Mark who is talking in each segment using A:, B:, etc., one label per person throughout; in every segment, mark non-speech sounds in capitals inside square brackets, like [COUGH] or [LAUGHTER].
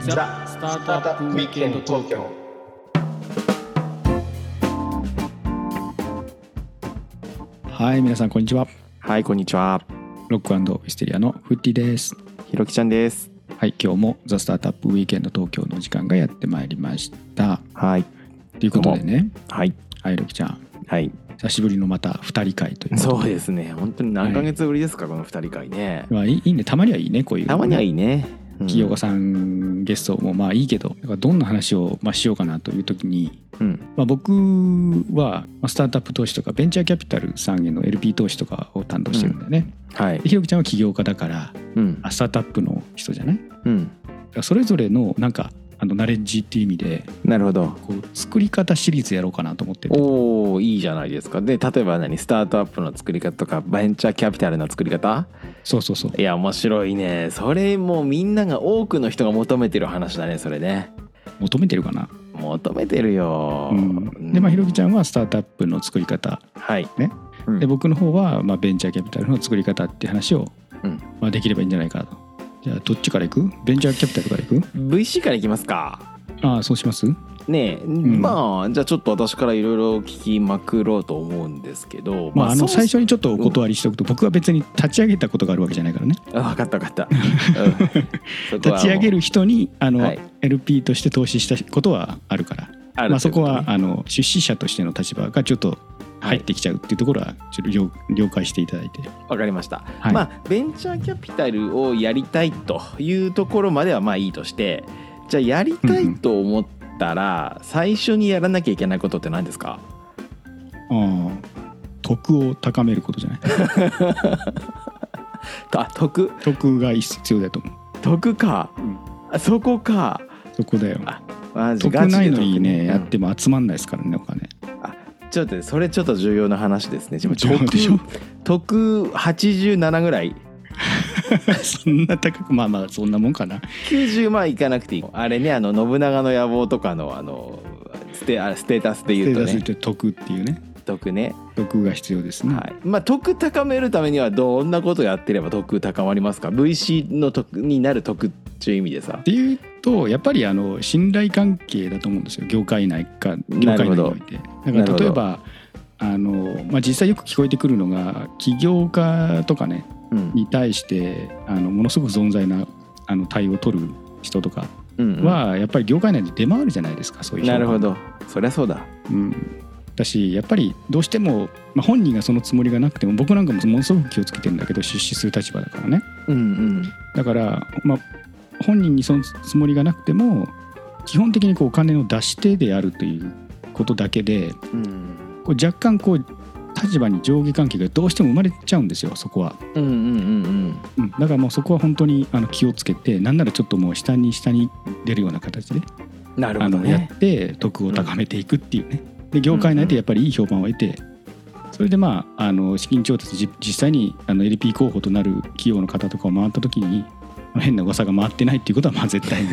A: ザ・スタートアップウィークエンド東京
B: はい、皆さんこんにちは。
C: はい、こんにちは。
B: ロックウィステリアのフッティです。
C: ひろきちゃんです。
B: はい、今日もザスタートアップウィーケンド東京の時間がやってまいりました。
C: はい。
B: ということでね、
C: はい。
B: はい、ロキちゃん、
C: はい。
B: 久しぶりのまた二人会という。
C: そうですね。本当に何ヶ月ぶりですか、この二人会ね。
B: まあいいいいね、たまにはいいね、こういう、。
C: たまにはいいいね。うん
B: 清岡さんゲストもまあいいけど、だからどんな話をまあしようかなという時に。
C: うん。
B: まあ、僕はまあスタートアップ投資とかベンチャーキャピタルさんへの LP 投資とかを担当してるんだよね。
C: はい
B: で。ひろきちゃんは起業家だから
C: うん
B: あ。スタートアップの人じゃない
C: うん。
B: それぞれのなんかあのナレッジっていう意味で
C: なるほど。
B: こう作り方シリーズやろうかなと思ってて
C: おお、いいじゃないですか。で、例えば何、スタートアップの作り方とか、ベンチャーキャピタルの作り方。
B: そうそうそう
C: いや、面白いね。それもうみんなが多くの人が求めてる話だね。それね。
B: 求めてるかな、
C: 求めてるよ。
B: うん、でまあひろきちゃんはスタートアップの作り方
C: はい。
B: ね
C: うん。
B: で僕の方はまあベンチャーキャピタルの作り方っていう話を
C: うん
B: まあできればいいんじゃないかとじゃあどっちからいくベンチャーキャピタルからいく
C: VC からいきますか。
B: ああそうします
C: ねえ、
B: ん
C: まあじゃあちょっと私からいろいろ聞きまくろうと思うんですけど
B: まああ
C: そ
B: の
C: もそ
B: 最初にちょっとお断りしておくと僕は別に立ち上げたことがあるわけじゃないからね
C: あ分かった分か
B: [LAUGHS]
C: った、うんそこはもう
B: 立ち上げる人にあの
C: はい
B: LP として投資したことはあるから
C: ある
B: まあ、そこは、
C: というとね
B: あの出資者としての立場がちょっと入ってきちゃうっていうところはちょっと了了解していただいて、
C: わかりました、
B: はい
C: まあベンチャーキャピタルをやりたいというところまではまあいいとしてじゃあやりたいと思ったら、最初にやらなきゃいけないことって何ですか
B: ああ徳を高めることじゃない
C: あ得
B: 徳が必要だと思う
C: 得か、
B: うん
C: あそこか
B: そこだよ
C: あマジ
B: 徳
C: ガチで
B: ないのにね、
C: 得
B: やっても集まんないですからねお
C: [LAUGHS]
B: 金
C: ちょっと待ってそれちょっと重要な話ですね。
B: 重要でしょ
C: 得87ぐらい
B: そんな高くまあまあそんなもんかな
C: 90万いかなくていいあれねあの信長の野望とかのあのステあステータスで
B: ス
C: 言
B: テー
C: うと
B: タス
C: ね
B: って徳っていうね
C: 得ね、
B: 徳が必要ですね、
C: はいまあ、得高めるためにはどんなことやってれば得高まりますか VC の得になる得っていう意味でさ
B: っていうとやっぱりあの信頼関係だと思うんですよ業界内か業
C: な
B: 界
C: る
B: 内
C: ほ
B: に
C: ど
B: おいてだか
C: なる
B: ら
C: ほ
B: 例
C: ど
B: えばあの、まあ、実際よく聞こえてくるのが起業家とかね
C: うん
B: に対してあのものすごく存在なあの対応を取る人とか
C: うんうん
B: は、やっぱり業界内で出回るじゃないですかそういう人
C: な
B: が
C: るほ、どそりゃそうだ
B: うん、だしやっぱりどうしても、まあ、本人がそのつもりがなくても僕なんかもものすごく気をつけてるんだけど出資する立場だからね
C: うん
B: だから、まあ、本人にそのつもりがなくても基本的にこうお金の出し手であるということだけで
C: うんうん
B: こう若干こう立場に上下関係がどうしても生まれちゃうんですよそこは。
C: うんうんうんうん
B: うん、だからもうそこは本当にあの気をつけてなんならちょっともう下に下に出るような形で、
C: なる
B: あ
C: ほど
B: のや
C: ね
B: って得を高めていくっていうね、で業界内でやっぱりいい評判を得てそれでまああの資金調達じ実際にあの LP 候補となる企業の方とかを回った時にまあ変な噂が回ってないっていうことはまあ絶
C: [LAUGHS]
B: 対に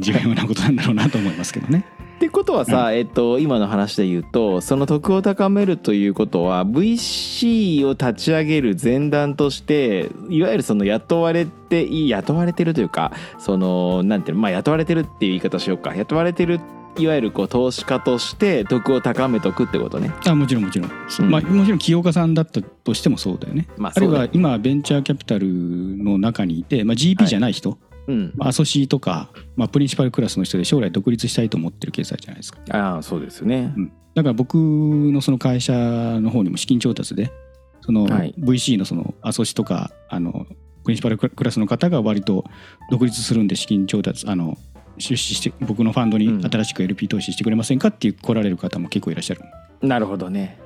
B: 重要なことなんだろうなと思いますけどね。
C: ってことはさ、えっと、今の話で言うとその得を高めるということは VC を立ち上げる前段としていわゆるその雇われてい雇われてるというかそのなんていうのまあ雇われてるっていう言い方しようか雇われてるいわゆるこう投資家として得を高めとくってことね。
B: あもちろんもちろん、
C: うん
B: まあ、もちろん起業家さんだったとしてもそうだよね。
C: まあ
B: あるい
C: そ
B: う
C: だ
B: は
C: よ
B: 今ベンチャーキャピタルの中にいて、まあ、GP じゃない人、
C: うん、
B: まあアソシーとか、まあ、プリンシパルクラスの人で将来独立したいと思ってるケースあるじゃないですか
C: ああそうですよね。
B: だから僕のその会社の方にも資金調達でその
C: はい
B: VC のそのアソシとかあのプリンシパルクラスの方が割と独立するんで資金調達あの出資して僕のファンドに新しく LP 投資してくれませんかっていう来られる方も結構いらっしゃる、
C: なるほどね。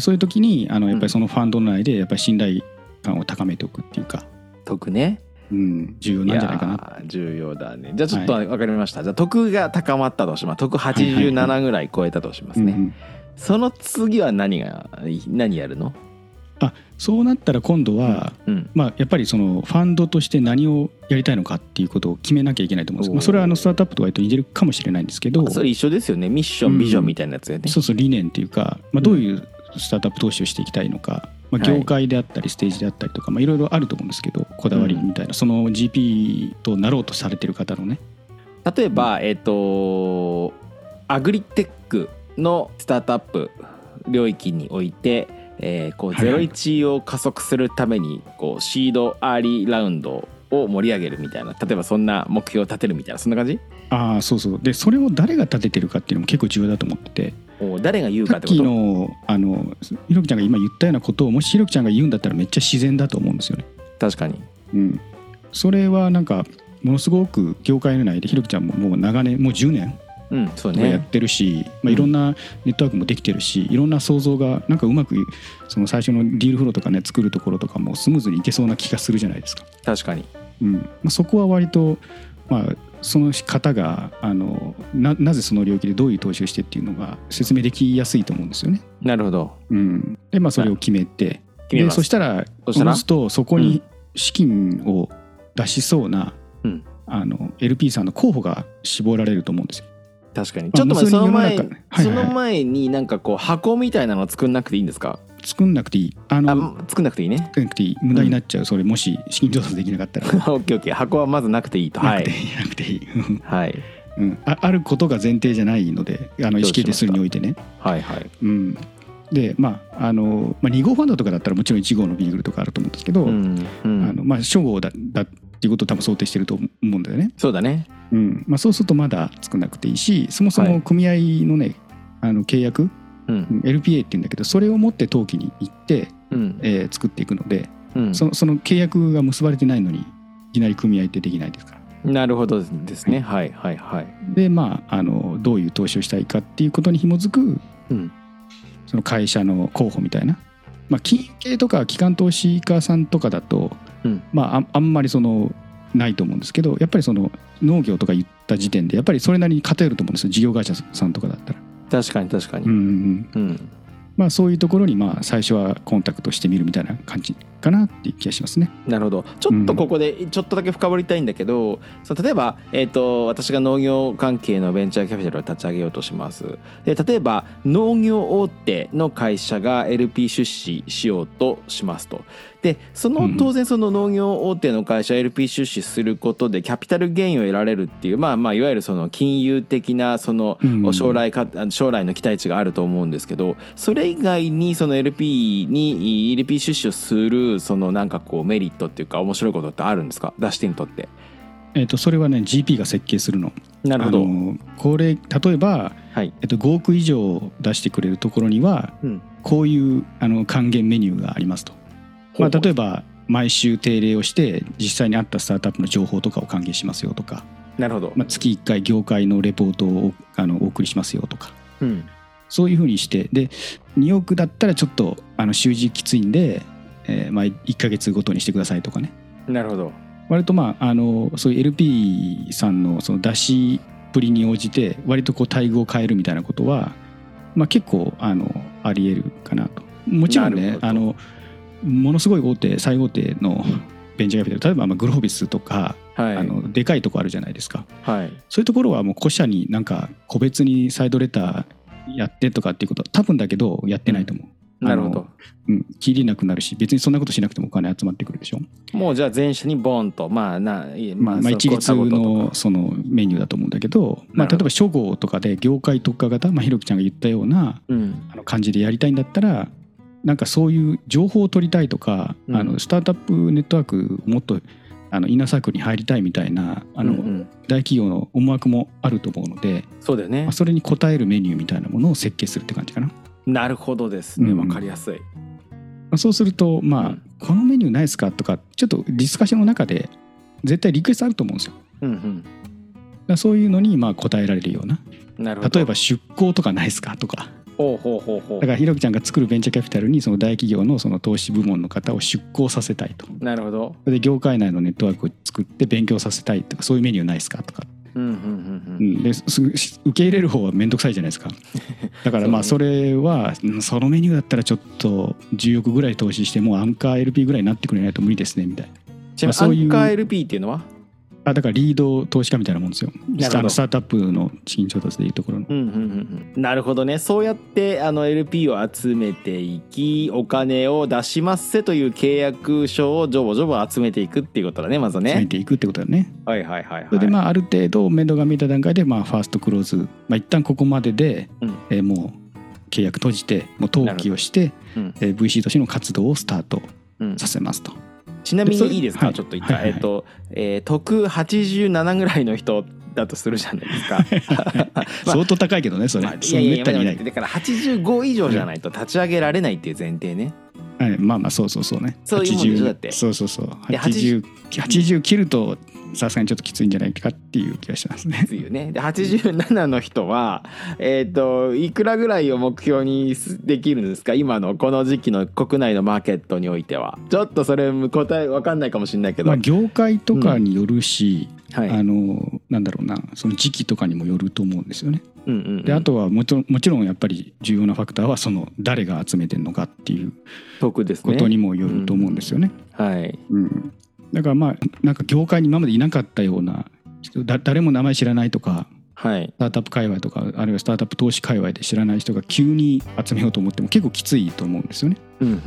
B: そういう時にあのやっぱりそのファンド内でやっぱり信頼感を高めておくっていうか、
C: 得ね。
B: うん、重要なんじゃないかな
C: やー重要だね。じゃあちょっとわかりました。じゃあ得が高まったとします。得87ぐらい超えたとしますね。
B: うんうん
C: その次は何が何やるの？
B: そうなったら今度は、
C: うん。
B: まあ、やっぱりそのファンドとして何をやりたいのかっていうことを決めなきゃいけないと思うんですけど、まあ、
C: おー
B: それはあのスタートアップと割と似てるかもしれないんですけど
C: それ一緒ですよね。ミッショ
B: うん
C: ンビジョンみたいなやつよね。
B: そうそう理念っていうか、まあ、どういうスタートアップ投資をしていきたいのか、まあ、
C: はい
B: 業界であったりステージであったりとかまあいろいろあると思うんですけどこだわりみたいな、その GP となろうとされてる方のね
C: 例えば、えっとアグリテックのスタートアップ領域において、えーこう
B: はいはい
C: 01を加速するためにこうシードアーリーラウンドを盛り上げるみたいな例えばそんな目標を立てるみたいなそんな感じ
B: ああそうそうでそれを誰が立ててるかっていうのも結構重要だと思ってて
C: おー誰が言う
B: さ
C: かっ
B: って
C: こ
B: き
C: と
B: のあのひろきちゃんが今言ったようなことをもしひろきちゃんが言うんだったらめっちゃ自然だと思うんですよね。
C: 確かに
B: うん、それはなんかものすごく業界内でひろきちゃんももう長年もう10年
C: うんそう
B: とかやっ
C: ね
B: てるし、ま
C: うん
B: あ、いろんなネットワークもできてるしいろんな想像がなんかうまくその最初のディールフローとかね作るところとかもスムーズにいけそうな気がするじゃないですか。
C: 確かに
B: うんまあ、そこは割と、まあ、その方があのななぜその領域でどういう投資をしてっていうのが説明できやすいと思うんですよね。
C: なるほど
B: うん、でまあそれを決めて
C: 決め
B: で
C: ます
B: そしたら
C: そした
B: お
C: ら
B: のずとそこに資金を出しそうな、
C: うん
B: あの LP さんの候補が絞られると思うんですよ。
C: 確かに
B: あ
C: ちょっと待ってそ
B: もう
C: の
B: それ
C: 前
B: 世
C: に
B: の中はい
C: そ
B: はい
C: の前になんかこう箱みたいなの作んなくていいんですか
B: 作んなくていいあの
C: あ作んなくていいね [LAUGHS]
B: 作んなくていい無駄になっちゃう、それもし資金調達できなかったら。
C: オッケーオッケー箱はまずなくていいと
B: な
C: は
B: く
C: い
B: ていい、なくていい、うん
C: はい
B: うんあ。あることが前提じゃないので、あの意思決定するにおいてね。
C: はいはい
B: うん、でまああの、まあ、2号ファンドとかだったらもちろん1号のビーグルとかあると思うんですけど、
C: うんう
B: あの
C: ん
B: まあ、初号だだっていうことを多分想定してると思うんだよね、
C: そうだね
B: うんまあ、そうするとまだ少なくていいしそもそ
C: は
B: も
C: い
B: 組合のね、あの契約
C: うん
B: うん LPA っていうんだけどそれを持って登記に行って、
C: うん
B: えー作っていくので、
C: うん
B: そその契約が結ばれてないのにいきなり組合ってできないですから。
C: なるほどですねはいはいはい
B: でまああのどういう投資をしたいかっていうことに紐づく、
C: うん
B: その会社の候補みたいな、まあ、金融系とか機関投資家さんとかだと、
C: うん
B: まあ、あんあんまりそのないと思うんですけどやっぱりその農業とか言った時点でやっぱりそれなりに偏ると思うんですよ事業会社さんとかだったら、
C: 確かに確か
B: うん
C: に
B: うんうん
C: うん
B: まあ、そういうところにまあ最初はコンタクトしてみるみたいな感じかなっていう気がしますね。
C: なるほどちょっとここでちょっとだけ深掘りたいんだけど、その例えば、えー、と私が農業関係のベンチャーキャピタルを立ち上げようとしますで例えば農業大手の会社が LP 出資しようとしますとでその
B: うん
C: 当然その農業大手の会社 LP 出資することでキャピタルゲインを得られるっていうまあまあいわゆるその金融的なその
B: うん
C: 将来か将来の期待値があると思うんですけどそれ以外にその LP に LP 出資をするそのなんかこうメリットっていうか面白いことってあるんですか出し手にとって。
B: えっとそれはね GP が設計するの。
C: なるほ
B: あ
C: ど。
B: のこれ例えば
C: はい。
B: えっと、5億以上出してくれるところには
C: うん
B: こういうあの還元メニューがありますと、まあ、例えば毎週定例をして実際にあったスタートアップの情報とかを還元しますよとか、
C: なるほど。
B: まあ、月1回業界のレポートをあのお送りしますよとか
C: うん。
B: そういうふうにしてで2億だったらちょっとあの収支きついんで、えーまあ、1ヶ月ごとにしてくださいとかね
C: なるほど。
B: 割とまああのそういう LP さんのその出しっぷりに応じて割とこう待遇を変えるみたいなことは、まあ、結構あのありえるかなともちろん
C: なる
B: ね
C: ほど
B: あのものすごい大手最大手のベンチャーキャピタル例えばまあグロービスとか、
C: はい。
B: あのでかいとこあるじゃないですか
C: はい。
B: そういうところはもう個社になんか個別にサイドレターやってとかっていうことは多分だけどやってないと思う、
C: なるほど。
B: うん、切りなくなるし別にそんなことしなくてもお金集まってくるでしょ
C: もうじゃあ全社にボンとまあな
B: まあ、まあ一律。
C: そうごたごと
B: の
C: とか
B: そのメニューだと思うんだけど、まあ、
C: な
B: 例
C: るほ
B: え
C: ど
B: ば初号とかで業界特化型、まあ、ひろきちゃんが言ったような
C: うん。
B: あの感じでやりたいんだったらなんかそういう情報を取りたいとか、
C: うん
B: あのスタートアップネットワークもっとあの稲作に入りたいみたいなあの、
C: うんうん
B: 大企業の思惑もあると思うので、
C: そうだよね
B: まあ、。それに応えるメニューみたいなものを設計するって感じかな、ま
C: なるほどですね。
B: うん
C: わかりやすい。
B: あ、そうするとまあ、
C: うん
B: このメニューないですかとかちょっとディスカッションの中で絶対リクエストあると思うんですよ
C: う
B: だ
C: ん
B: からそういうのにまあ答えられるような
C: うん。なるほど。
B: 例えば出向とかないですかとか
C: ほうほうほうほう
B: だからひろきちゃんが作るベンチャーキャピタルにその大企業のその投資部門の方を出向させたいと
C: なるほど。
B: それで業界内のネットワークを作って勉強させたいとかそういうメニューないですかとか、
C: うんうんう
B: う
C: んうん。
B: ん、です受け入れる方は面倒くさいじゃない
C: [LAUGHS]
B: ですかだからまあ
C: そ
B: そうれはうんそのメニューだったらちょっと10億ぐらい投資してもうアンカー LP ぐらいになってくれないと無理ですねみたいな
C: ちなみに
B: まあそういう
C: アンカー LP っていうのは
B: ああだからリード投資家みたいなもんですよ
C: なるほど
B: スタートアップの資金調達でいうところの
C: うんうんうんうんなるほどねそうやってあの LP を集めていきお金を出しますせという契約書をジョボジョボ集めていくっていうことだねまずは
B: 決め
C: ね
B: ていくってことだよね
C: はいはいはいはい
B: それでまあある程度面倒が見えた段階でまあファーストクローズ、まあ、一旦ここまでで、
C: うん
B: えーもう契約閉じてもう登記をして、
C: うん
B: えー VC としての活動をスタート
C: うん
B: させますと。
C: ちなみ
B: それ
C: にいいですか、
B: はい
C: ちょっと一回、
B: はいはいはい
C: えっと、えー、得87ぐらいの人だとするじゃないです
B: [LAUGHS]
C: か。まあ
B: 相当高いけどねそれ、
C: まあい
B: そ
C: や
B: う
C: いや
B: め
C: い
B: っ
C: や
B: たにいない
C: だから85以上じゃないと立ち上げられないっていう前提ね。
B: はい、まあまあそうそうそうね
C: そういうもんでしょだって
B: そうそうそう
C: で
B: 80 80切るとさすがにちょっときついんじゃないかっていう気がしますね
C: っていうね。で87の人はえっ、といくらぐらいを目標にすできるんですか今のこの時期の国内のマーケットにおいては。ちょっとそれ答えわかんないかもしれないけど。
B: まあ業界とかによるし、
C: はい。
B: あのなんだろうなその時期とかにもよると思うんですよね
C: うんうんうん
B: であとはもちろんもちろんやっぱり重要なファクターはその誰が集めてるのかっていう
C: 得です
B: こ
C: ね。
B: とにもよると思うんですよね。
C: はい。
B: うんだからまあなんか業界に今までいなかったような人だ誰も名前知らないとか
C: はい
B: ス。タートアップ界隈とかあるいはスタートアップ投資界隈で知らない人が急に集めようと思っても結構きついと思うんですよね。
C: うんうん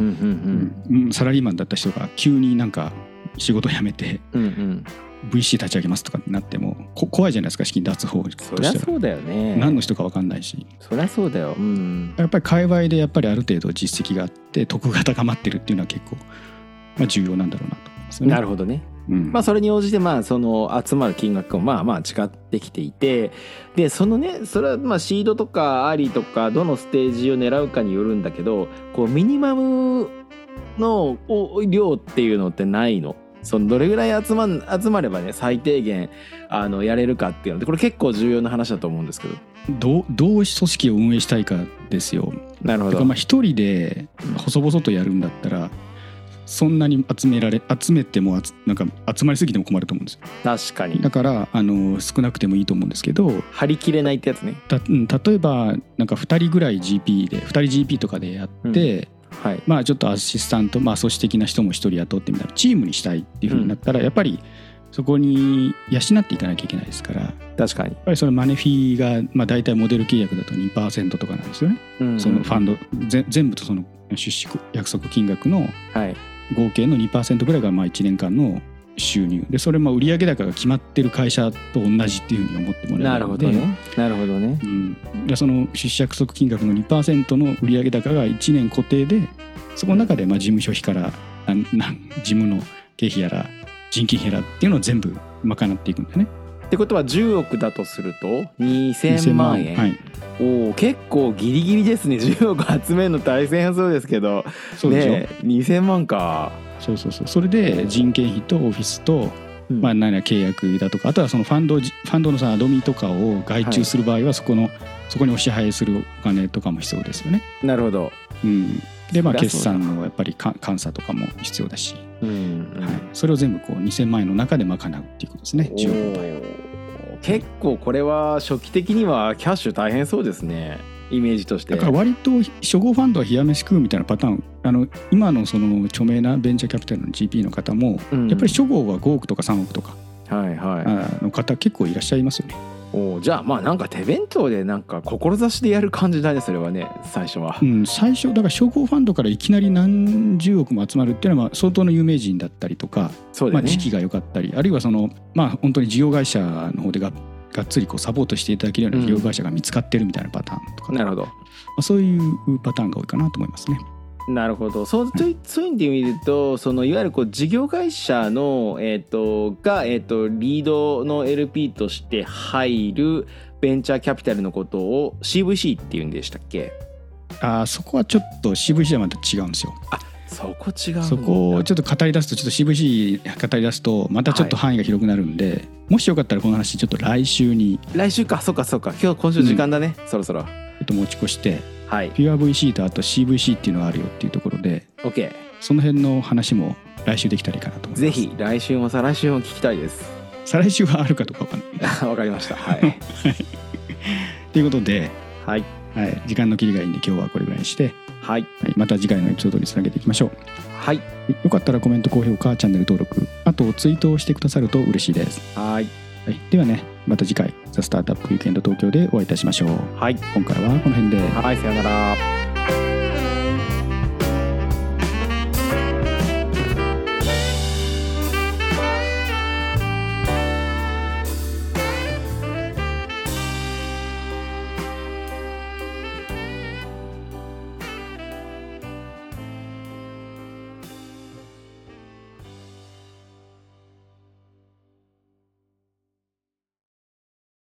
C: うん
B: うんサラリーマンだった人が急になんか仕事辞めて
C: うん。うんうん。
B: VC 立ち上げますとかになってもこ怖いじゃないですか資金出す方と
C: そりゃ
B: して
C: そ
B: は。
C: うだよね。
B: 何の人か分かんないし
C: そりゃそうだよ。うん。
B: やっぱり界隈でやっぱりある程度実績があって得が高まってるっていうのは結構、まあ、重要なんだろうなと思いますよね。
C: なる
B: ほ
C: ほどね。
B: ど、うん
C: まあそれに応じてまあその集まる金額もまあまあ違ってきていてでそのねそれはまあシードとかアーリーとかどのステージを狙うかによるんだけどこうミニマムのお量っていうのってないのそのどれぐらい集まん集まればね最低限あのやれるかっていうのでこれ結構重要な話だと思うんですけど。
B: どうどう組織を運営したいかですよ。
C: なるほ
B: だからまあ一人で細々とやるんだったらそんなに集められ集めても集なんか集まりすぎても困ると思うんですよ
C: 確かに
B: だからあの少なくてもいいと思うんですけど
C: 張り切れないってやつね。
B: たうん例えばなんか2人ぐらい GP で2人 GP とかでやって、
C: はい。
B: まあちょっとアシスタントまあ組織的な人も1人雇ってみたいなチームにしたいっていうふうになったら、やっぱりそこに養っていかなきゃいけないですからやっ
C: 確かに。
B: ぱりそのマネフィーが、まあ、大体モデル契約だと2%とかなんですよね、そのファンドぜ全部とその出資約束金額の
C: ド。はい。
B: 合計の2%ぐらいがまあ1年間の収入でそれも売上高が決まってる会社と同じっていうふうに思ってもら
C: な
B: え
C: る
B: る
C: ほ
B: の
C: ど
B: で
C: ね。なるほどね。
B: うん、でその出資約束金額の2%の売上高が1年固定でそこの中でまあ事務所費からなん [LAUGHS] なん事務の経費やら人件費やらっていうのを全部賄っていくんだよね。
C: ってことは10億だとすると2000万円、
B: はい、
C: おお結構ギリギリですね10億集めるの大変そうですけど
B: そうでしょ、
C: ねえ2000万か
B: そうそうそうそれで人件費とオフィスと、まあ、
C: うん
B: 何や契約だとかあとはそのファンドじファンドのさアドミとかを外注する場合はそこの、そこにお支配するお金とかも必要ですよね。
C: なるほど、
B: うん、でまあ
C: そりゃ
B: 決
C: そうだ
B: 算のやっぱりか監査とかも必要だし。
C: うん
B: はい、それを全部こう2000万円の中で賄うっていうことですね
C: お
B: 10億の場合は
C: ー結構これは初期的にはキャッシュ大変そうですねイメージとして
B: だから割と初号ファンドは冷や飯食うみたいなパターンあの今のその著名なベンチャーキャピタルの GP の方も
C: うん
B: やっぱり初号は5億とか3億とか
C: はいは
B: あの方結構いらっしゃいますよね
C: いおーじゃあまあなんか手弁当でなんか志でやる感じだねそれはね最初は
B: うん最初だから初号ファンドからいきなり何十億も集まるっていうのはまあ相当の有名人だったりとか、
C: そう
B: ま
C: だ
B: あ、
C: ね
B: 時期が良かったりあるいはそのまあ本当に事業会社の方でががっつりこうサポートしていただけるような事業会社が見つかってるみたいなパターンとか、
C: な
B: ま
C: るほど
B: あ、そういうパターンが多いかなと思いますね。
C: なるほどそうそういそういう意味で見るとそのいわゆるこう事業会社の、えー、とが、えー、とリードの LP として入るベンチャーキャピタルのことを CVC っていうんでしたっけ
B: あーそこはちょっと CVC はまた違うんですよ。
C: そこ違うんだ
B: そこをちょっと語り出すとちょっと CVC 語り出すとまたちょっと範囲が広くなるんで、もしよかったらこの話ちょっと来週に
C: 来週かそうかそうか今日今週時間だね、そろそろ
B: ちょっと持ち越して
C: はい
B: ピュア VC とあと CVC っていうのがあるよっていうところで
C: OK
B: その辺の話も来週できたらいいかなと思います。
C: ぜひ来週も再来週も聞きたいです [LAUGHS]
B: 再来週はあるかどうかわかんない。
C: わかりましたはい、
B: ということで、
C: はい
B: はい、時間の切りがいいんで今日はこれぐらいにして、
C: はい
B: はい、また次回のエピソードにつなげていきましょう。
C: はい
B: よかったらコメント、高評価、チャンネル登録、あトをツイートしてくださると嬉しいです、
C: はい
B: はい、ではねまた次回「ザ・スタートアップ・ウィークエンド東京」でお会いいたしましょう
C: はい
B: 今回はこの辺で
C: はいさよなら